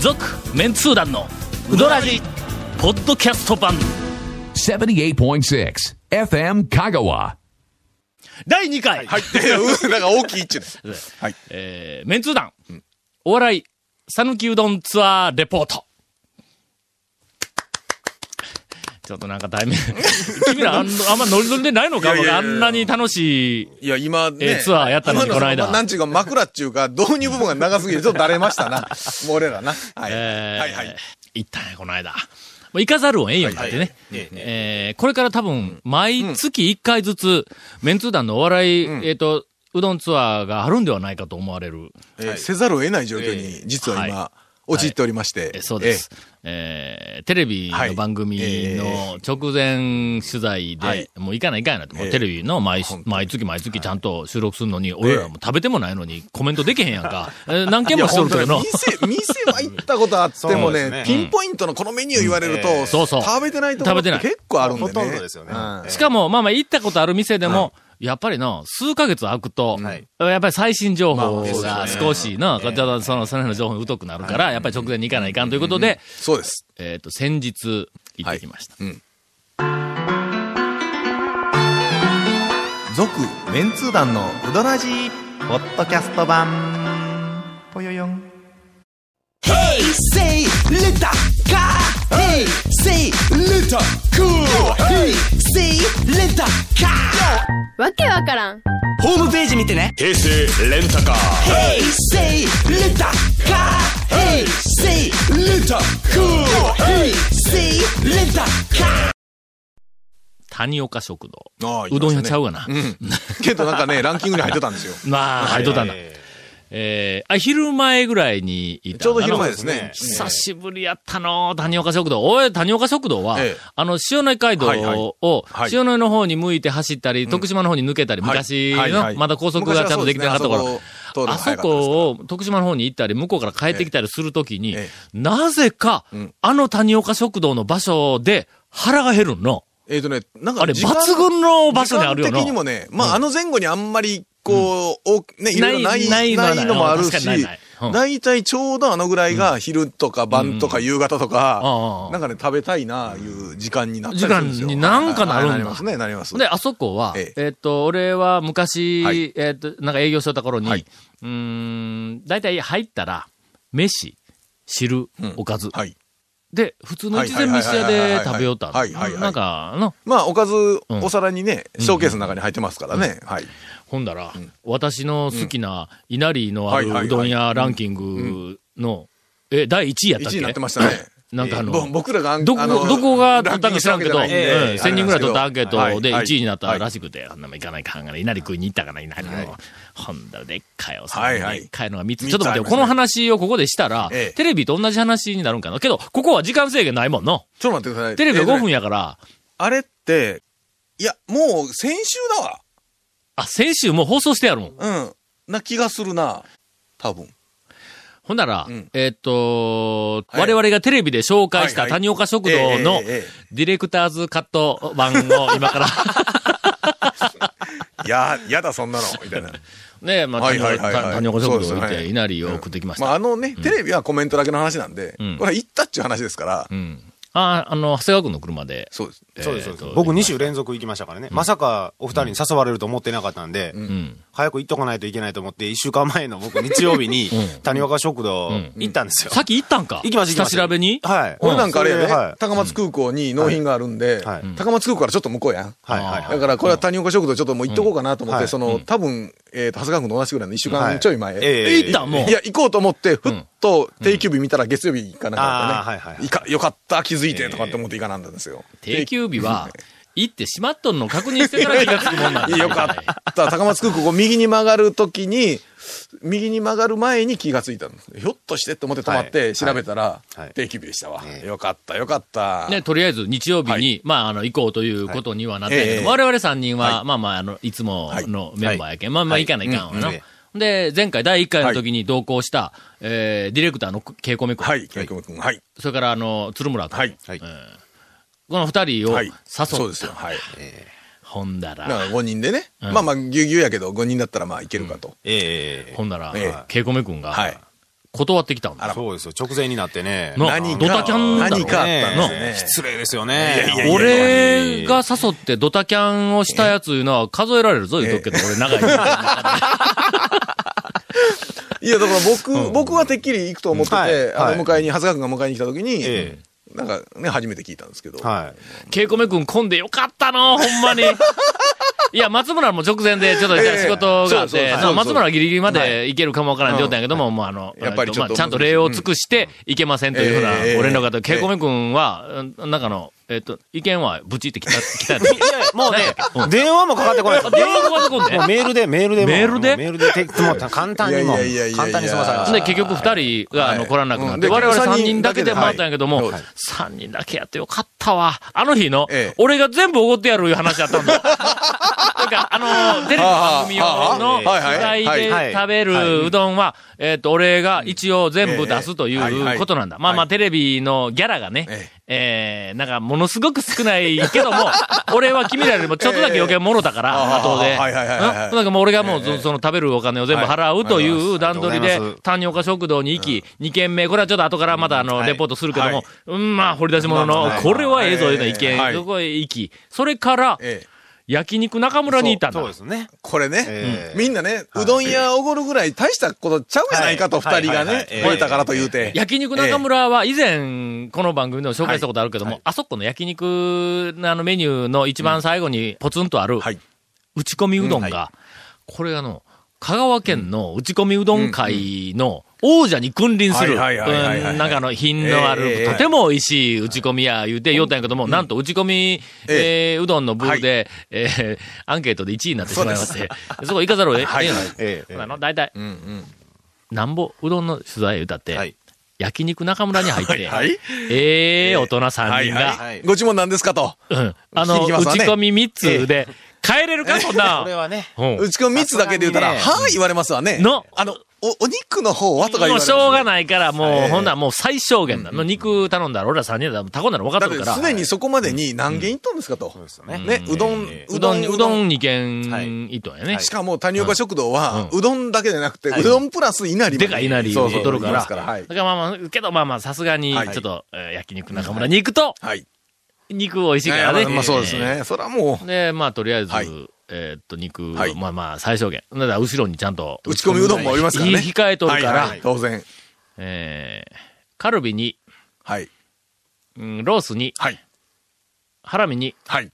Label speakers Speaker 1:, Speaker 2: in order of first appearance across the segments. Speaker 1: 続メンツー団のウドラジポッドキャスト版
Speaker 2: 78.6 FM Kagawa.
Speaker 1: 第2回、
Speaker 3: はい。で、 なんか大きい一致です。はい。
Speaker 1: えーメンツー団、お笑い讃岐うどんツアーレポートちょっとなんか 大名君らあんあんまノリノリでないのか
Speaker 3: いやいやいや
Speaker 1: あんなに楽しい
Speaker 3: いや、今ね、
Speaker 1: えーツアーやったのに
Speaker 3: 今
Speaker 1: この間
Speaker 3: そなんちゅうか、枕っちゅうか、導入部分が長すぎて、ちょっとだれましたな。もう俺らな。はい。
Speaker 1: えー
Speaker 3: はいはい。
Speaker 1: 行ったね、この間。まあ、行かざるをえんようになってね。えーこれから多分、毎月1回ずつ、メンツー団のお笑い、えっ、と、うどんツアーがあるんではないかと思われる。
Speaker 3: えーせざるを得ない状況
Speaker 1: えー
Speaker 3: に、実は
Speaker 1: は
Speaker 3: 今、陥っておりまして。
Speaker 1: えそうです。えーテレビの番組の直前取材で、
Speaker 3: はい
Speaker 1: もう行かない行かないなって、もう
Speaker 3: ええ
Speaker 1: テレビの毎
Speaker 3: 本当に
Speaker 1: 毎月毎月ちゃんと収録するのに、俺らも食べてもないのにコメントできへんやんか。えー何
Speaker 3: えー。
Speaker 1: 件
Speaker 3: いや、
Speaker 1: もしと
Speaker 3: 本
Speaker 1: るけ
Speaker 3: 当
Speaker 1: ど
Speaker 3: に
Speaker 1: の。
Speaker 3: 店、店は行ったことあっても
Speaker 4: そうです
Speaker 3: ね
Speaker 4: ね、
Speaker 3: ピンポイントのこのメニュー言われると、
Speaker 1: そうそう
Speaker 3: 食べてないところって
Speaker 1: 食べてない
Speaker 3: 結構あるんでね。
Speaker 4: ほとんどですよね
Speaker 3: うん
Speaker 1: しかも、まあまあ、行ったことある店でも、やっぱりの、数ヶ月空くと、やっぱり最新情報が少しな、こちらのその、その辺の情報に疎くなるから、やっぱり直前に行かないかんということで、
Speaker 3: そうです。
Speaker 1: えっと、先日、行ってきました。
Speaker 3: 続、
Speaker 5: メンツー団のウドラジーポッドキャスト版ぽよよん
Speaker 6: Hey, say, little car. Hey, say, little cool. Hey, say, little car.
Speaker 7: わけわからん
Speaker 6: ホームページ見てね。
Speaker 8: 平成レンタカー
Speaker 6: Hey, say, little car. Hey, say, little cool. Hey, say, little car.
Speaker 1: 谷岡食堂。
Speaker 3: ああ
Speaker 1: うどん屋ちゃう
Speaker 3: う。
Speaker 1: わな。
Speaker 3: けどなん かね、ランキングに入ってたんですよ。
Speaker 1: まあ、入っとったんだ。えー、あ、昼前ぐらいに行った
Speaker 3: ちょうど昼
Speaker 1: あの
Speaker 3: 前ですね。
Speaker 1: 久しぶりやったのう、谷岡食堂。おい、谷岡食堂は、
Speaker 3: ええ
Speaker 1: あの、塩野街道を、
Speaker 3: はいはいはい
Speaker 1: 塩野の方に向いて走ったり、徳島の方に抜けたり、
Speaker 3: はい
Speaker 1: 昔の、
Speaker 3: はいはい
Speaker 1: まだ高速がちゃんとできてなかった
Speaker 3: 昔
Speaker 1: 頃
Speaker 3: は。そう
Speaker 1: あ
Speaker 3: ですね
Speaker 1: そ
Speaker 3: あそこ通るの早かったですから
Speaker 1: こを徳島の方に行ったり、向こうから帰ってきたりするときに、
Speaker 3: ええ
Speaker 1: なぜか、
Speaker 3: ん
Speaker 1: あの谷岡食堂の場所で腹が減るの。
Speaker 3: えっとね、なんか
Speaker 1: あれ、
Speaker 3: 時間
Speaker 1: 抜群の場所にあるよ
Speaker 3: 時間的に
Speaker 1: な。
Speaker 3: もね、まあ、あの前後にあんまり、こう、おね、いろいろない、
Speaker 1: ないない
Speaker 3: ないのもあるし
Speaker 1: 確かにないないうん、
Speaker 3: 大体ちょうどあのぐらいが昼とか晩とか夕方と
Speaker 1: うんう
Speaker 3: か
Speaker 1: ん、
Speaker 3: なんかね、食べたいな、いう時間になったりするんですよ。
Speaker 1: 時間になんかなるんだ
Speaker 3: はいはいりますね、なります。
Speaker 1: で、あそこは、え
Speaker 3: え
Speaker 1: っと、俺は昔、
Speaker 3: はい
Speaker 1: えっと、なんか営業しとった頃に、
Speaker 3: は
Speaker 1: う
Speaker 3: い
Speaker 1: ーん、大体入ったら、飯、汁、
Speaker 3: ん
Speaker 1: おかず。
Speaker 3: はい。
Speaker 1: で、普通の一膳飯屋で食べようった。
Speaker 3: はいはいはいはいはいはいはいはい
Speaker 1: なんか、の、
Speaker 3: まあ、おかず、
Speaker 1: ん
Speaker 3: お皿にね、ショーケースの中に入ってますからね。はい。
Speaker 1: ほんだら、私の好きな稲荷のある
Speaker 3: はいはいはいう
Speaker 1: どん屋ランキングの、え、第1位やったっ
Speaker 3: 1
Speaker 1: け
Speaker 3: 位になってましたね。
Speaker 1: なん かあの、
Speaker 3: ぼ僕らがあん、
Speaker 1: ど
Speaker 3: あ
Speaker 1: こ、
Speaker 3: の
Speaker 1: どこが取ったんか知らんけど、
Speaker 3: ランキングしたわ
Speaker 1: え
Speaker 3: け
Speaker 1: え
Speaker 3: じゃ
Speaker 1: 1000
Speaker 3: ないん
Speaker 1: 人ぐ
Speaker 3: で
Speaker 1: らい取ったアンケートで
Speaker 3: はい
Speaker 1: 1位になったらしくて、あんなもんいかないかんがない、稲荷食いに行ったかな、稲荷を。ほんだらでっかいお皿に
Speaker 3: はいはい
Speaker 1: でっかいのが3つ。
Speaker 3: 三つ
Speaker 1: ちょっと待ってよ、
Speaker 3: あります
Speaker 1: こ
Speaker 3: ね
Speaker 1: の話をここでしたら、
Speaker 3: ええ
Speaker 1: テレビと同じ話になるんかな。けど、ここは時間制限ないもんの。
Speaker 3: ちょっと待ってください。
Speaker 1: テレビ
Speaker 3: え
Speaker 1: は
Speaker 3: ーとね
Speaker 1: 5分やから、
Speaker 3: あれって、いや、もう先週だわ。
Speaker 1: あ、先週もう放送してやるもん。
Speaker 3: うん。な気がするな。多分。
Speaker 1: ほんなら、
Speaker 3: うん
Speaker 1: えーっと、
Speaker 3: はい
Speaker 1: 我々がテレビで紹介した
Speaker 3: はいはい
Speaker 1: 谷岡食堂の
Speaker 3: えええええ
Speaker 1: ディレクターズカット版を今から、
Speaker 3: いや、やだ、そんなの。みたいな。
Speaker 1: ね、まあ、
Speaker 3: はい
Speaker 1: 谷
Speaker 3: はいはいはい
Speaker 1: 谷岡食堂
Speaker 3: そう
Speaker 1: 行っ
Speaker 3: です
Speaker 1: て、
Speaker 3: ね
Speaker 1: 稲荷を食ってきました。
Speaker 3: まあ、あのね、テレビはコメントだけの話なんで、
Speaker 1: ん
Speaker 3: これは行ったっちゅう話ですから、
Speaker 1: うん。ああ、あの、長谷川君の車で。
Speaker 3: そうです。
Speaker 4: そうです、そうです
Speaker 1: えー。と
Speaker 4: 僕2週連続行きましたからね。まさかお二人に誘われると思ってなかったんで、
Speaker 1: うん。
Speaker 4: 早く行っとかないといけないと思って、1週間前の僕日曜日に、谷岡食堂
Speaker 1: ん
Speaker 4: 行ったんですよ。
Speaker 1: さっき行ったんか
Speaker 4: 行きました、行きまし
Speaker 1: 下
Speaker 4: た
Speaker 1: 調べに
Speaker 4: はい。
Speaker 3: 俺なんかあれや
Speaker 4: そ
Speaker 3: で、
Speaker 4: ではい。
Speaker 3: 高松空港に納品があるんで、
Speaker 4: はいはい
Speaker 3: 高松空港からちょっと向こうやん。
Speaker 4: はいはいはい
Speaker 3: だからこれは谷岡食堂ちょっともう行っとこうかなと思って、
Speaker 4: うんはい
Speaker 3: その、多分、えっ、と、長谷川君と同じぐらいの1週間ちょい前。
Speaker 4: はいええ
Speaker 1: ええ行ったもう
Speaker 3: いや、行こうと思って、ふっと定休日見たら月曜日行かなかったね。
Speaker 4: あーはいはいはい
Speaker 3: いかよかった、気づいてとかって思って行かなんだんですよ。
Speaker 1: 定休日は、行ってしまっとんの確認してから気がつくもんなんだ。
Speaker 3: よかった。高松空港、こう右に曲がるときに、右に曲がる前に気がついたんです。ひょっとしてって思って止まっ
Speaker 4: は
Speaker 3: て
Speaker 4: い
Speaker 3: 調べたら
Speaker 4: はい、
Speaker 3: 定休日でしたわ。
Speaker 4: ね
Speaker 3: よかった、よかった。
Speaker 1: ね、とりあえず日曜日に、
Speaker 3: はい
Speaker 1: まあ、あの、行こうということにはなったんやけど、
Speaker 3: はいええ
Speaker 1: 我々3人は、まあまあ、あの、いつものメンバーやけん、まあまあ、行かないかんわな。
Speaker 4: うんえ
Speaker 1: で、前回第1回の時に同行した、えー、ディレクターのケイコメ君、
Speaker 3: はい、ケイコム君。はい。
Speaker 1: それからあの、鶴村君、
Speaker 3: はい。
Speaker 4: はい
Speaker 1: この二人を
Speaker 3: は
Speaker 1: 誘
Speaker 3: い
Speaker 1: っ。
Speaker 3: そうで
Speaker 1: た。
Speaker 3: すよ。はい。
Speaker 1: ほんだ
Speaker 3: だから
Speaker 1: ら、
Speaker 3: 5人でね。まあまあ、ぎゅうぎゅうやけど、5人だったらまあいけるかと。
Speaker 4: ええ
Speaker 1: ほんだら
Speaker 3: ええ、
Speaker 1: ケイコメ君が、
Speaker 3: はい。
Speaker 1: 断ってきたんだ。
Speaker 4: そうですよ。直前になってね。
Speaker 1: な
Speaker 3: 何か
Speaker 1: ドタキャンだろ
Speaker 3: 何かあったんですよ
Speaker 4: ね
Speaker 3: ね。
Speaker 4: 失礼ですよね。
Speaker 3: いやいやいや
Speaker 1: 俺が誘ってドタキャンをしたやついうのは数えられるぞ、言うとくけど、俺長い。
Speaker 3: いや、だから僕、僕はてっきり行くと思ってて、
Speaker 4: はい
Speaker 3: あ
Speaker 4: はい
Speaker 3: の、迎えに、長谷川君が迎えに来た時に、
Speaker 4: え
Speaker 3: なんかね、初めて聞いたんですけど、
Speaker 4: は
Speaker 1: ケイコメ君混んでよかったの、ほんまに。いや、松村も直前で、ちょっと
Speaker 3: ええ
Speaker 1: 仕事があっ
Speaker 3: そうそう
Speaker 1: て、
Speaker 3: そう
Speaker 1: まあ松村はギリギリまで行けるかもわからんって言ったんやけども、もうあの、
Speaker 3: やっぱりちょっと
Speaker 1: まあちゃんと礼を尽くして行けませんというふうな
Speaker 3: ええ
Speaker 1: ご連絡があって、ケイコメ君は、うんなんかの、えっと、意見はブチって来た、来たやつ。
Speaker 4: い。いやいやもうね、電話もかかってこないです。
Speaker 1: 電話もかかってこんで
Speaker 4: もうメールで、メールで。
Speaker 1: メールで
Speaker 4: もうメールでテク、もう簡単にも
Speaker 3: いやいやいやいやいや
Speaker 4: う、簡単に済まされました。
Speaker 1: で、結局二人が、あの、来らなくなって、
Speaker 3: うん
Speaker 1: 我々
Speaker 3: 三
Speaker 1: 三
Speaker 3: 人
Speaker 1: 人だけで回ったんやけども
Speaker 3: だけではい、
Speaker 1: 三人だけやってよかったわ。あの日の
Speaker 3: ええ、
Speaker 1: 俺が全部おごってやるいう話だ ったんだ。なんか、あの、テレビの番組用の、
Speaker 4: は
Speaker 1: 取
Speaker 3: あはあはいはい
Speaker 1: 材で食べるうどんは、えっと、俺が一応全部出すと
Speaker 3: ええはい
Speaker 1: い
Speaker 3: は
Speaker 1: う
Speaker 3: い
Speaker 1: ことなんだ。まあま
Speaker 3: は
Speaker 1: あ、テレビのギャラが
Speaker 3: え
Speaker 1: ね、えー、なんか、ものすごく少ないけ ども、俺は君らよりもちょっとだけ余計もろだから、
Speaker 3: ええ
Speaker 1: 後で。
Speaker 3: はいはいはいはいはい
Speaker 1: うんなんかもう俺がもう、その食べるお金を全部払うという段取り
Speaker 4: ありが
Speaker 1: で
Speaker 4: とうございま、
Speaker 1: 単岡食堂に行き、2軒目、これはちょっと後からまたあの、
Speaker 4: はい
Speaker 1: レポートするけど
Speaker 4: は
Speaker 1: も
Speaker 4: い、
Speaker 1: うん、まあ、掘り出し物
Speaker 4: まあ
Speaker 1: の
Speaker 4: まあ、
Speaker 1: これはええぞ、
Speaker 3: はい
Speaker 1: いうな意
Speaker 3: は
Speaker 1: 見、
Speaker 3: い
Speaker 1: そこへ行き、それから、
Speaker 3: ええ
Speaker 1: 焼肉中村にいたんだ
Speaker 4: そう。ですね。
Speaker 3: これね、
Speaker 4: ええ
Speaker 3: みんなね、うどん屋おごるぐらい大したことちゃうやないかと、
Speaker 4: は
Speaker 3: 二
Speaker 4: い
Speaker 3: 人が
Speaker 4: はいはい
Speaker 3: ね
Speaker 4: はい、
Speaker 3: 超えたからと言うて。
Speaker 1: 焼肉中村は以前、この番組でも紹介したことあるけども、あそこの焼肉のあのメニューの一番最後にポツンとある、
Speaker 3: はい
Speaker 1: 打ち込みうどん
Speaker 4: うん
Speaker 1: が、これあの、香川県の打ち込みうどん会の王者に君臨する、うん
Speaker 3: はいはいはいはいはい
Speaker 1: なんかあの品のある、
Speaker 3: ええええ
Speaker 1: とても美味しい打ち込みや言うて言うたんやけども、なんと打ち込み、えーうどんの部で、えー アンケートで1位になってしまいまして、そこ行かざるを得ない。
Speaker 4: ええ
Speaker 1: ほなの大体、
Speaker 3: ん
Speaker 1: なんぼうどんの取材歌って、
Speaker 4: はい
Speaker 1: 焼肉中村に入って、
Speaker 3: はい
Speaker 1: ええ大人
Speaker 3: は
Speaker 1: 3
Speaker 3: い
Speaker 1: 人が、
Speaker 3: はい。ご注文なんですかと。
Speaker 1: うんあ
Speaker 3: 聞
Speaker 1: の、
Speaker 3: き
Speaker 1: 打
Speaker 3: ますわ
Speaker 1: ち
Speaker 3: ね
Speaker 1: 込み3つで、帰れるか、そんな
Speaker 4: これ。はね。
Speaker 1: うん
Speaker 3: うちくん3つだけで言うたら、
Speaker 4: さすがにね
Speaker 3: はい言われますわね。
Speaker 1: の
Speaker 3: あの、お、お肉の方はとか言
Speaker 1: もう
Speaker 3: われます
Speaker 1: し
Speaker 3: ね
Speaker 1: ょうがないから、も
Speaker 3: え
Speaker 1: う、
Speaker 3: え
Speaker 1: ほんならもう最小限だ。もう肉頼んだら、俺ら3人だら、タコなの分か
Speaker 3: だ
Speaker 1: っ
Speaker 3: ってて
Speaker 1: るから。
Speaker 3: 常にそこまでに何軒行っとんですかと。
Speaker 4: ですよね
Speaker 3: ね、うどん、
Speaker 4: え
Speaker 1: うどん、うどん2軒
Speaker 4: はい
Speaker 1: いとんやね。
Speaker 3: しかも、谷岡食堂は、
Speaker 1: う
Speaker 3: うどんだけじゃなくて、うどんプラスいなりま
Speaker 1: でかいなり
Speaker 3: そう
Speaker 1: を
Speaker 3: そう
Speaker 1: 取るか
Speaker 3: 行
Speaker 1: ら。
Speaker 3: きますはい
Speaker 1: だからまあまあ、けどまあまあ、さすがに、ちょ
Speaker 3: はい
Speaker 1: っと、えー焼肉中村に行くと、
Speaker 3: はい。
Speaker 1: 肉美味しいから
Speaker 3: い
Speaker 1: ね。
Speaker 3: やまあまあそうですね。それはもう、
Speaker 1: で、まあ、とりあえず、
Speaker 3: はい
Speaker 1: えーっと、肉、
Speaker 3: はい
Speaker 1: まあまあ、最小限。だから、後ろにちゃんと。
Speaker 3: 打ち込みうどんもありますからね。
Speaker 1: いい控えとるから、
Speaker 3: はいはい当然。
Speaker 1: えー、カルビに、
Speaker 3: はい。
Speaker 1: うんロースに、
Speaker 3: はい
Speaker 1: ハラミに、
Speaker 3: はい。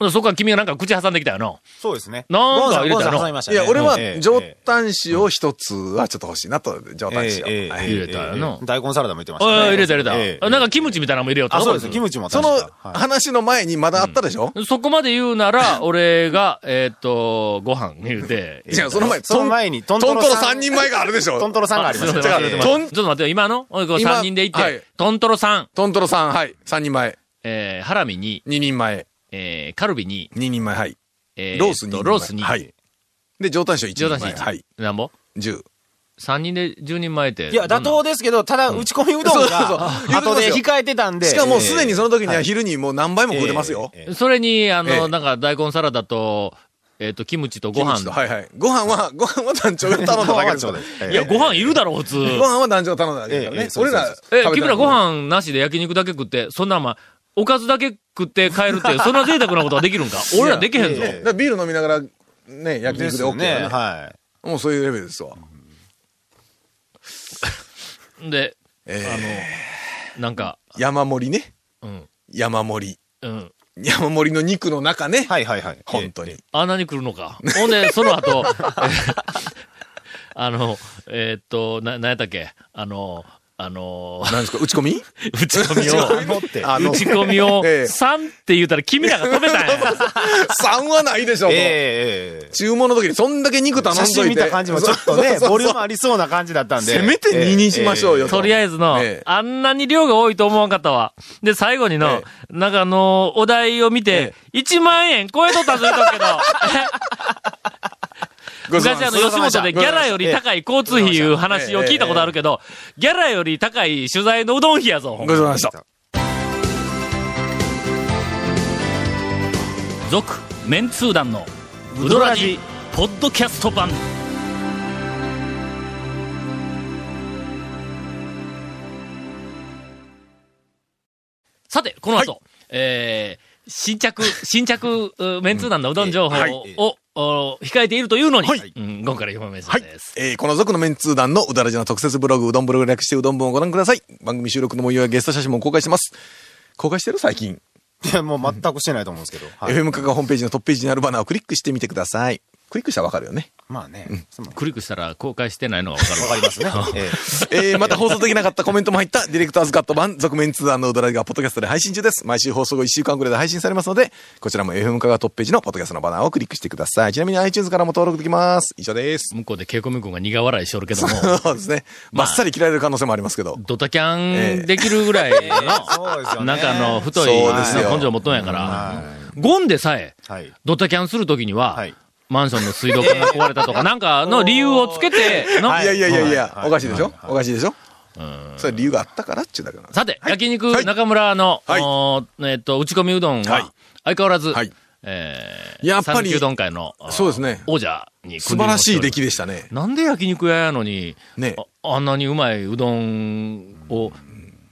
Speaker 1: そこから君がなんか口挟んできたよな。
Speaker 4: そうですね。
Speaker 1: なんか入れたの
Speaker 4: ゴンさんゴンさん挟みました
Speaker 3: い
Speaker 4: ね
Speaker 3: や、俺は
Speaker 4: ええ、
Speaker 3: 上タン塩を一つはちょっと欲しいなと、上タン塩。
Speaker 4: ええ
Speaker 3: はい
Speaker 4: ええ
Speaker 1: 入れたよな
Speaker 4: ええ大根サラダも入ってまし
Speaker 1: あ
Speaker 4: たね。
Speaker 1: あ、入れた入れた、
Speaker 4: ええ
Speaker 1: あなんかキムチみたいなのも入れようと
Speaker 4: あ、そうです。キムチも
Speaker 3: そ
Speaker 4: 確
Speaker 3: の
Speaker 4: か
Speaker 3: 話の前にまだあったでしょ
Speaker 1: そこまで言うな ら、俺が、えーっと、ご飯言うて。
Speaker 3: いや、その前、
Speaker 4: その前に
Speaker 3: ト
Speaker 4: ト
Speaker 3: ン
Speaker 4: ン
Speaker 3: トン
Speaker 4: トロ
Speaker 3: ト
Speaker 4: さん
Speaker 3: ロ三人前があるでし
Speaker 4: トン
Speaker 3: ょ
Speaker 4: トロさんがありましたね。
Speaker 1: すいません
Speaker 4: 違う
Speaker 1: すい
Speaker 3: 違
Speaker 1: ませんちょ
Speaker 3: うトン
Speaker 1: っと待ってよ、今の、俺こう
Speaker 3: 今
Speaker 1: 3人で行って、
Speaker 3: はい
Speaker 1: トントロさん、
Speaker 3: トントロさん、はい。三人前、
Speaker 1: えー、ハラミに、
Speaker 3: 二人前、
Speaker 1: えー、カルビに、
Speaker 3: 二人前、はい。
Speaker 1: えー、
Speaker 3: ロース
Speaker 1: え
Speaker 3: に
Speaker 1: っとロースに、
Speaker 3: はい。で、上タン塩一
Speaker 1: 上
Speaker 3: 人前。
Speaker 1: 段
Speaker 3: は
Speaker 1: 1
Speaker 3: い。、
Speaker 1: なんぼ
Speaker 3: 十。
Speaker 1: 三人で10人前って。
Speaker 4: いや、妥
Speaker 1: どん
Speaker 4: 当ですけど、ただ、打ち込みうどん
Speaker 3: そうそうそう
Speaker 4: が、
Speaker 3: 言うて
Speaker 4: 後
Speaker 3: ます
Speaker 4: で
Speaker 3: よ
Speaker 4: 控えてたんで。
Speaker 3: しかも、すでにその時に
Speaker 4: え
Speaker 3: は
Speaker 4: え
Speaker 3: 昼にもう何倍も食うてますよ。
Speaker 4: ええ
Speaker 1: なのそれに、あの、
Speaker 3: ええ
Speaker 1: なんか大根サラダと、えっ、と、キムチとご
Speaker 3: キム
Speaker 1: 飯
Speaker 3: チと。はいはい。ご飯は、 ご飯は団長が頼んだだけです よ。
Speaker 1: いや、ご飯いるだろ、普通。
Speaker 3: ご飯は団長が頼んだだけだから
Speaker 4: えええ
Speaker 3: ね
Speaker 4: え。そう
Speaker 3: 俺
Speaker 4: そうそう
Speaker 3: ら、
Speaker 1: え、君らご。飯なしで焼肉だけ食って、そんなお前、おかずだけ食って帰るって、 そんな贅沢なことはできるんか俺らできへんぞ。
Speaker 4: いやいや
Speaker 3: だからビール飲みながら、ね、焼
Speaker 4: で
Speaker 3: 肉
Speaker 4: す
Speaker 3: で
Speaker 4: よ
Speaker 3: OK
Speaker 4: ね。
Speaker 3: だね。
Speaker 4: は
Speaker 3: もうそういうレベルですわ。
Speaker 1: で、
Speaker 3: え
Speaker 1: あの、なんか、
Speaker 3: ー山盛りね。
Speaker 1: うん、
Speaker 3: 山盛り。
Speaker 1: うん。
Speaker 3: 山盛りの肉の中ね
Speaker 4: い。。はいはいはい。
Speaker 3: 本当に。
Speaker 1: あんなに来るのか。ほん で、その後、えーあの、えーっと、な、なんやったっけあの、あ の、
Speaker 3: 何ですか打ち込み
Speaker 1: 打ち込みを、
Speaker 4: 持って。
Speaker 3: あ、
Speaker 1: 打ち込みを
Speaker 3: ええ
Speaker 1: 3って言うたら君らが止めたん や。
Speaker 3: 3はないでしょ、
Speaker 4: え
Speaker 3: もう
Speaker 4: えええ。
Speaker 3: 注文の時にそんだけ肉頼んどい
Speaker 4: 写
Speaker 3: て。
Speaker 4: 真見た感じもちょっ
Speaker 3: そう
Speaker 4: とね、
Speaker 3: そうそう
Speaker 4: ボリュームありそうな感じだったんで。
Speaker 3: せめて2にしましょうよと。
Speaker 1: とりあえずの、
Speaker 3: ええ
Speaker 1: あんなに量が多いと思わんかったわ。で、最後にの、
Speaker 3: え
Speaker 1: なんかあのお題を見て、1万円超えとったぞ言うとくけど、
Speaker 3: ごちそう
Speaker 1: 昔
Speaker 3: さ
Speaker 1: あの、
Speaker 3: までした
Speaker 1: 吉本でギャラより高い交通費いう話を聞いたことあるけど、ギャラより高い取材のうどん費やぞ。ほん
Speaker 3: ごち
Speaker 1: ま
Speaker 3: そうさまでした。
Speaker 1: 続、メンツー団の、ウドラジ、ポッドキャスト版。さて、この後、えー、新着、 新着、うメンツー団のうどん情報を、お控えているというのに、
Speaker 3: はい
Speaker 1: うん、今から読め
Speaker 3: は
Speaker 1: そう
Speaker 3: い
Speaker 1: です。。
Speaker 3: えーこの族のメンツー団のうだらじの特設ブログ、うどんブログ略してうどん文をご覧ください。番組収録の模様やゲスト写真も公開してます。公開してる最近。
Speaker 4: いや、もう全くしてないと思うんですけど。はい
Speaker 3: FM カカホームページのトップページにあるバナーをクリックしてみてください。クリックしたらわかるよね。
Speaker 4: まあね。その
Speaker 1: クリックしたら公開してないのがわかるわ。
Speaker 4: わかりま すね。え
Speaker 3: えーまた放送できなかったコメントも入った、デ ィレクターズカット版、続面通談のうどらじがポッドキャストで配信中です。毎週放送後1週間くらいで配信されますので、こちらも FM カがトップページのポッドキャストのバナーをクリックしてください。ちなみに iTunes からも登録できます。以上です。
Speaker 1: 向こうでケイコミ君が苦笑いしとるけども、
Speaker 3: そうですね。ばっさり切られる可能性もありますけど。
Speaker 1: ドタキャンできるぐらいの、
Speaker 4: そうですよね。
Speaker 1: なんかあの、太い
Speaker 3: そうですよ
Speaker 1: 根性持っとんやから、ゴンでさえ、
Speaker 4: はい。
Speaker 1: ドタキャンするときには、
Speaker 4: はい
Speaker 1: マンションの水道管が壊れたと か、なんかの理由をつけての、
Speaker 3: いやいやいやいや、
Speaker 4: はい
Speaker 3: おかしいでしょ、おかしいでしょそれは理由があったからっていうだけなんです。
Speaker 1: さて、焼肉中村の、
Speaker 3: はい
Speaker 1: おーえっと、打ち込みうどんは、
Speaker 3: はい
Speaker 1: 相変わらず、
Speaker 3: はい
Speaker 1: えー、
Speaker 3: やっぱり
Speaker 1: 讃岐うどん界の、あー
Speaker 3: そうですね
Speaker 1: 王者に
Speaker 3: 素晴らしい出来
Speaker 1: で。
Speaker 3: でしたね。
Speaker 1: なんで焼肉屋やのに、
Speaker 3: ね
Speaker 1: あ、あんなにうまいうどんを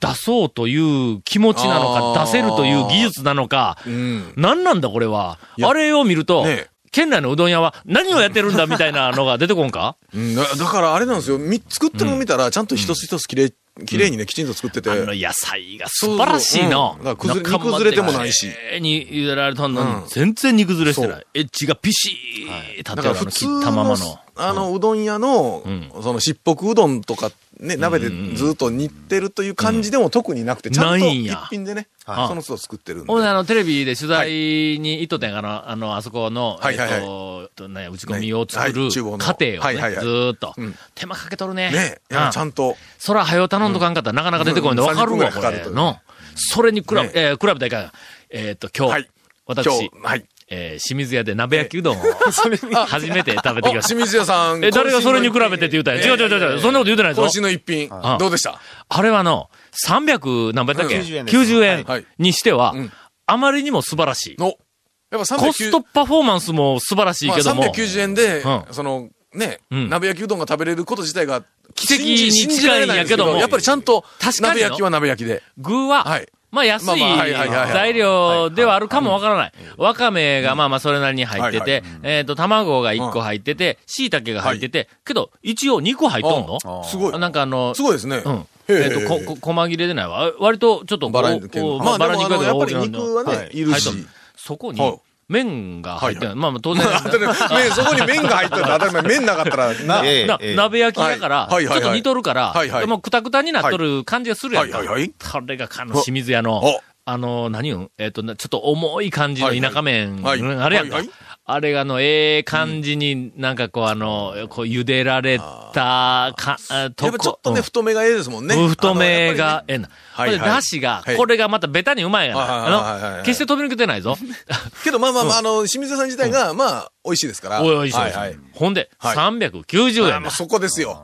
Speaker 1: 出そうという気持ちなの
Speaker 3: あ
Speaker 1: か、
Speaker 3: ー
Speaker 1: 出せるという技術なのか、
Speaker 3: ん
Speaker 1: なんなんだこれは。
Speaker 3: いや
Speaker 1: あれを見ると、
Speaker 3: ね
Speaker 1: 県内のうどん屋は何をやってるんだみたいなのが出てこん か
Speaker 3: うんだだからあれなんですよ、み作ってるの見たら、ちゃんと一つ一つきれい、きれいにね、きちんと作ってて。
Speaker 1: あの野菜が素晴らしいの
Speaker 3: そうそううん。だから
Speaker 1: 中まで
Speaker 3: 崩れ煮崩れてもないし
Speaker 1: 綺麗に茹でられたのに
Speaker 3: う、ん
Speaker 1: 全然煮崩れしてな
Speaker 3: そ
Speaker 1: い。エッジがピシー立ってる
Speaker 3: だか
Speaker 1: あ
Speaker 3: ら
Speaker 1: の
Speaker 3: 普
Speaker 1: 切
Speaker 3: 通
Speaker 1: っ
Speaker 3: の、
Speaker 1: たままの。
Speaker 3: あの、うどん屋の、
Speaker 1: ん
Speaker 3: その、しっぽくうどんとか、ね、鍋でずっと煮ってるという感じでも特になくて、ちゃんと
Speaker 1: ないん
Speaker 3: 一
Speaker 1: や
Speaker 3: 品でね、
Speaker 1: はい
Speaker 3: その都度作ってるんで。
Speaker 1: ほんで、あの、テレビで取材に行っとったんやから、あの、あそこの、
Speaker 3: はいはいはい
Speaker 1: えっと、えっと、なんや打ち込みを作
Speaker 3: は
Speaker 1: る
Speaker 3: い厨房の
Speaker 1: 過程をね、
Speaker 3: はいはいはい
Speaker 1: ずーっと、
Speaker 3: うん
Speaker 1: 手間かけとるね。
Speaker 3: ね、いうや
Speaker 1: ん
Speaker 3: ちゃんと。
Speaker 1: そら、はよ頼んとかんかったら、なかなか出てこないの
Speaker 3: うん
Speaker 1: 分かる
Speaker 3: 30分ぐら
Speaker 1: わ、
Speaker 3: い
Speaker 1: こ
Speaker 3: かかる
Speaker 1: れ。
Speaker 3: と
Speaker 1: の。それに比べ、
Speaker 3: ね
Speaker 1: えー比べたらいかんや。えーっと、今日、
Speaker 3: はい
Speaker 1: 私、
Speaker 3: 今日はい
Speaker 1: えー清水屋で鍋焼きうどんを、 初めて食べてきました
Speaker 3: 清。水屋さん。
Speaker 1: え、誰がそれに比べてって言うたんや。違う違う違う違う、そんなこと言うてないぞ
Speaker 3: 今。週の一品
Speaker 1: はい、
Speaker 3: どうでした
Speaker 1: あれはの、300何倍だっけ、
Speaker 4: うん90円です
Speaker 1: 90円
Speaker 3: はい
Speaker 1: にしては、
Speaker 3: うん
Speaker 1: あまりにも素晴らしい。
Speaker 3: の、やっぱ390
Speaker 1: コストパフォーマンスも素晴らしいけども、
Speaker 3: まあ、390円で、
Speaker 1: うん
Speaker 3: その、ね、
Speaker 1: うん
Speaker 3: 鍋焼きうどんが食べれること自体が、
Speaker 1: 奇跡に
Speaker 3: 信じ信じられないです
Speaker 1: 近いんやけども
Speaker 3: やっぱりちゃんと
Speaker 1: 確、かに
Speaker 3: 鍋
Speaker 1: よ
Speaker 3: 焼きは鍋焼きで。
Speaker 1: 具は、
Speaker 3: はい
Speaker 1: まあ安い
Speaker 3: まあまあはいはいはいはい
Speaker 1: 材料ではあるかもわからない。わかめがまあまあそれなりに入って
Speaker 3: はい
Speaker 1: て、
Speaker 3: は
Speaker 1: えっと、卵が1個入ってて、椎茸が入ってて、けど、一応2個入っとんの
Speaker 4: あ
Speaker 3: すごい
Speaker 1: あ。なんかあの、
Speaker 3: すごいですね。
Speaker 1: うん。
Speaker 3: へ
Speaker 1: えっ、と、こ、こ、細切れでないわ。割と、ちょっとこう、
Speaker 3: バラ肉系
Speaker 1: こ
Speaker 3: の
Speaker 1: う
Speaker 3: まあ
Speaker 1: バラ肉
Speaker 3: でもあの
Speaker 1: 大きな
Speaker 3: やっぱり肉はねいるし
Speaker 1: 入っとそこ
Speaker 3: はい
Speaker 1: に、麺が入ってない。
Speaker 3: は
Speaker 1: まあまあ、 当然。
Speaker 3: 当たり前麺そこに麺が入ってたら当たり前。麺なかったら、な、
Speaker 4: ええ
Speaker 1: な
Speaker 4: ええ
Speaker 1: 鍋焼きだから、
Speaker 3: はいは
Speaker 1: ち
Speaker 3: いはい
Speaker 1: ょっ
Speaker 3: はい
Speaker 1: と似とるから、
Speaker 3: はいはい
Speaker 1: もうくたくたになっとる感じがするやんか。
Speaker 3: はいはいはい
Speaker 1: これが、あの、清水屋の
Speaker 3: お、
Speaker 1: あの、何よ、えっ、と、なちょっと重い感じの田舎麺、
Speaker 3: はいはいはい
Speaker 1: あれやんか。
Speaker 3: はいはい
Speaker 1: あれが、あの、ええ感じになんかこう、あの、こう、茹でられたか、あと
Speaker 3: やっ
Speaker 1: こ。
Speaker 3: ぱちょっと
Speaker 1: う
Speaker 3: ね、
Speaker 1: ん
Speaker 3: 太めがええですもんね。
Speaker 1: 太めが、ええな。ほ
Speaker 3: はい
Speaker 1: ん
Speaker 3: は
Speaker 1: で、
Speaker 3: い
Speaker 1: だしが
Speaker 3: は、い
Speaker 1: これがまたベタにうまいや
Speaker 3: はいはいはいはい
Speaker 1: な。あ
Speaker 3: は
Speaker 1: の、
Speaker 3: い
Speaker 1: 決して飛び抜けてないぞ。
Speaker 3: けど、まあまあまあ、あの、清水屋さん自体が、まあ、美味しいですか ら。
Speaker 1: おいおいしい
Speaker 3: は
Speaker 1: で
Speaker 3: い
Speaker 1: す
Speaker 3: はい。
Speaker 1: ほんで、
Speaker 3: はい
Speaker 1: 390
Speaker 3: あ
Speaker 1: 円
Speaker 3: も
Speaker 1: だ
Speaker 3: う。そこですよ。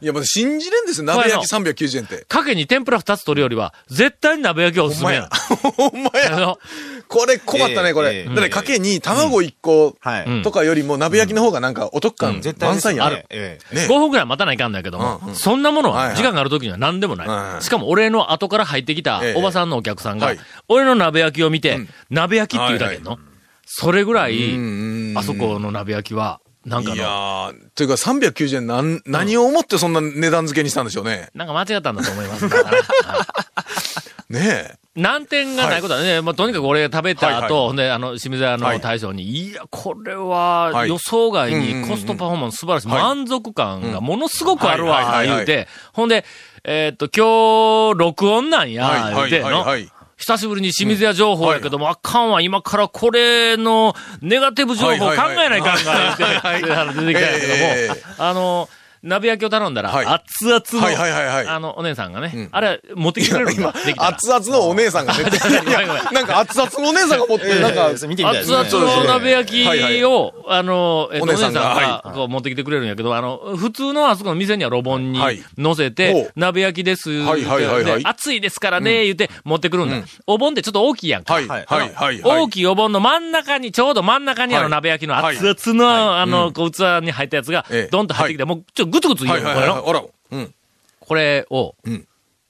Speaker 3: いや、もう信じれんですよ。鍋焼き390円って。
Speaker 1: かけに天ぷら2つ取るよりは、絶対に鍋焼きがおすすめやな。
Speaker 3: ほんま
Speaker 1: あ
Speaker 3: や。
Speaker 1: の、
Speaker 3: これ困った
Speaker 4: え
Speaker 3: ね、
Speaker 4: え
Speaker 3: こ
Speaker 4: え
Speaker 3: れ。
Speaker 4: え
Speaker 3: だって、かけに卵1個
Speaker 4: はい。
Speaker 1: うん
Speaker 3: とかよりも、鍋焼きの方がなんかお得感
Speaker 4: 絶対
Speaker 3: 満載や
Speaker 4: です
Speaker 3: ね
Speaker 4: ね。ええ
Speaker 1: 5分くらい待たないかんのやけども、
Speaker 3: うんうん
Speaker 1: そんなもの
Speaker 3: はい
Speaker 1: は
Speaker 3: はい
Speaker 1: 時間がある時には何でもない。
Speaker 3: はいはい
Speaker 1: しかも俺の後から入ってきた
Speaker 3: ええ
Speaker 1: おばさんのお客さんが、
Speaker 3: はい
Speaker 1: 俺の鍋焼きを見て、鍋焼きって言うだけの、
Speaker 3: は
Speaker 1: それぐらい、
Speaker 3: うん
Speaker 1: あそこの鍋焼きは、なんか
Speaker 3: い
Speaker 1: の、
Speaker 3: やー、というか390円なん、何を思ってそんな値段付けにしたんでしょうね。
Speaker 1: なんか間違ったんだと思います。だからはい
Speaker 3: ね
Speaker 1: 難点がないことはね、まあ、とにかく俺が食べた
Speaker 3: はい
Speaker 1: 後、
Speaker 3: はい
Speaker 1: ほんで、あの、清水屋の大将に、い、や、これは
Speaker 3: はい
Speaker 1: 予想外
Speaker 3: うんうん
Speaker 1: に
Speaker 3: うん
Speaker 1: コストパフォーマンス素晴らしい。
Speaker 3: はい
Speaker 1: 満足感がものすごくあるわ、
Speaker 3: はいはいはい
Speaker 1: 言
Speaker 3: は
Speaker 1: う
Speaker 3: い
Speaker 1: て。ほんで、えーっと、今日、録音なん
Speaker 3: え。
Speaker 1: や、言うての。
Speaker 3: い。
Speaker 1: 久しぶりに清水屋情報やけども、あかんわ、今からこれのネガティブ情報を考
Speaker 3: はいはいはい
Speaker 1: えないかんが、言うて、
Speaker 3: はい
Speaker 1: あの出てきたんやけ
Speaker 3: え
Speaker 1: ども、あの、鍋焼きを頼んだら、
Speaker 3: はい
Speaker 1: 熱々の、
Speaker 3: はいはいはいはい
Speaker 1: あの、お姉さんがね、あれ、持ってきてくれるんだ。できたら
Speaker 3: 熱々のお姉さんがね。 いやなんか熱々のお姉さんが持って、なんか、
Speaker 4: ええ見てみたいで
Speaker 1: 熱
Speaker 4: すね。
Speaker 1: 々の鍋焼きを、
Speaker 3: はいはい
Speaker 1: あの、えっと、お姉
Speaker 3: お姉
Speaker 1: さ
Speaker 3: さ
Speaker 1: ん
Speaker 3: んが
Speaker 1: がこう持ってきてくれるんやけど、あの、普通のあそこの店にはロボンに
Speaker 3: はい
Speaker 1: 乗せ
Speaker 3: ほ
Speaker 1: て
Speaker 3: う、
Speaker 1: 鍋焼きです、
Speaker 3: はいはいはいはい
Speaker 1: で熱いですからね、言って持ってくるんだ。お盆ってちょっと大きいやんか。
Speaker 3: はいはいはいはい。
Speaker 1: 大きいお盆の真ん中に、ちょうど真ん中にあの
Speaker 3: はい
Speaker 1: 鍋焼きの
Speaker 3: はい
Speaker 1: 熱々の、あの、こう器に入ったやつが
Speaker 3: ええ、
Speaker 1: ドンと入ってきて、もうちょっとグツグツ言
Speaker 3: は
Speaker 1: う
Speaker 3: い
Speaker 1: の
Speaker 3: はい
Speaker 1: こ
Speaker 3: は
Speaker 1: れ
Speaker 3: い。
Speaker 1: の。
Speaker 3: あら。うん。
Speaker 1: これを
Speaker 3: ん、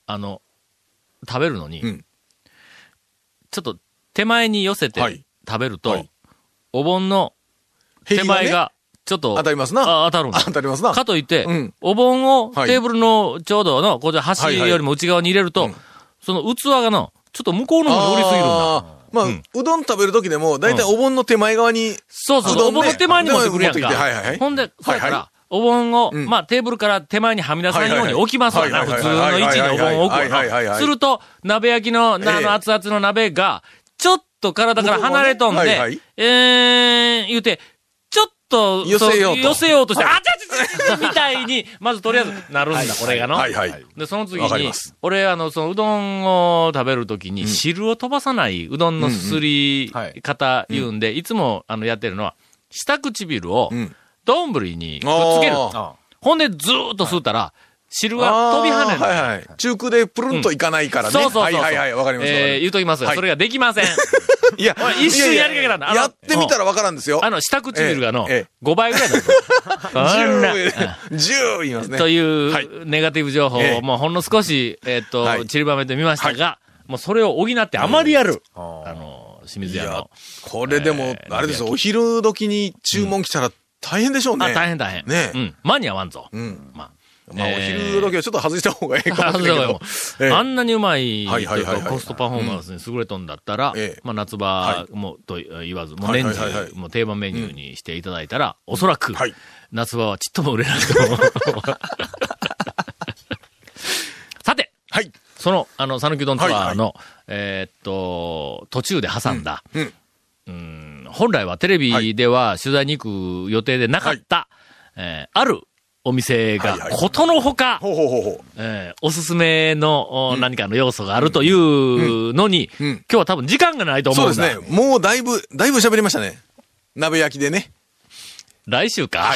Speaker 1: あの、食べるの
Speaker 3: う
Speaker 1: に
Speaker 3: ん、
Speaker 1: ちょっと手前に寄せて
Speaker 3: はい
Speaker 1: 食べると、
Speaker 3: はい
Speaker 1: お盆の
Speaker 3: へり
Speaker 1: 手
Speaker 3: ね
Speaker 1: 前が、ちょっと、
Speaker 3: 当たりますな
Speaker 1: あ当たるんだ
Speaker 3: 当たりますな
Speaker 1: かといって、
Speaker 3: うん
Speaker 1: お盆をテ
Speaker 3: はい
Speaker 1: ーブルのちょうどの、こうじゃ端よりも内側に入れると、
Speaker 3: はいはい
Speaker 1: その器がの、ちょっと向こうの方に折りすぎるんだ。
Speaker 3: あーまあ、うどん食べるときでも、大体お盆の手前側に、
Speaker 1: そうそう
Speaker 3: う
Speaker 1: そう、
Speaker 3: ど
Speaker 1: お
Speaker 3: んね
Speaker 1: 盆の手前に持ってくるやんか。
Speaker 3: 持ってきてはいはいはい
Speaker 1: ほんで、そうやから、
Speaker 3: はいは
Speaker 1: お盆を、
Speaker 3: うん
Speaker 1: まあテーブルから手前にはみ出さないように置きますわな、
Speaker 3: はいは
Speaker 1: 普
Speaker 3: い
Speaker 1: 通の位置にお盆を置く
Speaker 3: はいはいはいはいはいはい
Speaker 1: わな。
Speaker 3: はい
Speaker 1: すると、鍋焼きの、なあ
Speaker 3: ええ
Speaker 1: の熱々の鍋が、ちょっと体から離れとんで、
Speaker 3: 向こうはねはいはい
Speaker 1: えー、言うて、ちょっと、
Speaker 3: 寄せようと
Speaker 1: そ寄せようとして、あちゃちゃちゃみたいに、まずとりあえずなるんだ、これがの。
Speaker 3: はいはい。
Speaker 1: で、その次
Speaker 3: わかり
Speaker 1: に
Speaker 3: ます、
Speaker 1: 俺、あの、その、うどんを食べるときに、汁を飛ばさないうどんのすすり
Speaker 4: はい
Speaker 1: 方言うんで、いつも、あの、やってるのは、下唇を
Speaker 3: うん、
Speaker 1: どんぶりにくっつける。
Speaker 3: あー
Speaker 4: あ
Speaker 1: ほんで、ずーっと吸ったら、汁が飛び跳ねる。
Speaker 3: あーはいはい。中空でプルンといかないからね。
Speaker 1: そうそうそうそう。
Speaker 3: はいはいはい。わかります。わか
Speaker 1: えー、
Speaker 3: り
Speaker 1: 言うときますが、
Speaker 3: はい
Speaker 1: それができません。
Speaker 3: ますいや
Speaker 1: おい一瞬
Speaker 3: い
Speaker 1: やりかけたんだあの
Speaker 3: やってみたらわからんですよ。
Speaker 1: あの、下唇がの、
Speaker 3: えええ
Speaker 1: 5倍ぐらいだ ぞ。あんな
Speaker 3: 10、10言いますね。
Speaker 1: と
Speaker 3: は
Speaker 1: いう、
Speaker 3: い
Speaker 1: ネガティブ情報
Speaker 3: え
Speaker 1: を、
Speaker 3: え
Speaker 1: もうほんの少し、えっ
Speaker 3: は
Speaker 1: と、
Speaker 3: い
Speaker 1: 散りばめてみましたが、もうそれを補ってあまりやる。あの、清水
Speaker 3: い
Speaker 1: 屋
Speaker 3: や
Speaker 1: の。、
Speaker 3: これでも、あれですよ、お昼時に注文来たら大変でしょうね。
Speaker 1: あ、大変大変。
Speaker 3: ね
Speaker 1: う
Speaker 3: え
Speaker 1: ん。間に合わんぞ。
Speaker 3: うん。
Speaker 1: まあ。
Speaker 3: まあ、お
Speaker 1: えー。
Speaker 3: 昼時はちょっと外した方がいいかもしれないけど ええ
Speaker 1: あんなにうまい、と
Speaker 3: はいはいいうはいはい
Speaker 1: かコストパフォーマンスに優れとんだったら
Speaker 3: ええ、
Speaker 1: まあ夏場
Speaker 3: は
Speaker 1: もと言わず、もう
Speaker 3: は
Speaker 1: 年
Speaker 3: いはいはいはい
Speaker 1: 中、もう定番メニューにしていただいたら、おそらく
Speaker 3: はい、
Speaker 1: 夏場はちっとも売れないと思う。 さて、
Speaker 3: はい。
Speaker 1: その、あの、讃岐うどんツアーの、
Speaker 3: は
Speaker 1: えーっと、途中で挟んだ、
Speaker 3: うんうん
Speaker 1: うん本来はテレビでは取材に行く予定でなかった、えーあるお店が、
Speaker 3: はいはい
Speaker 1: ことのほか、
Speaker 3: ほうほうほうほう。
Speaker 1: えーおすすめの、お何かの要素があるというのに、
Speaker 3: うんうん
Speaker 1: 今日は多分時間がないと思
Speaker 3: そううんで
Speaker 1: だ。
Speaker 3: すね。もうだいぶ、だいぶ喋りましたね。鍋焼きでね。
Speaker 1: 来週か。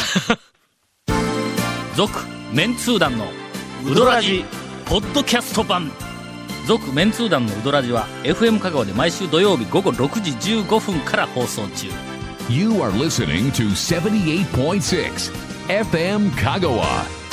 Speaker 1: 続、メンツー団のウドラジ、ポッドキャスト版。続、メンツー団のウドラジは、FM 香川で毎週土曜日午後6時15分から放送中。
Speaker 2: You are listening to 78.6 FM Kagawa.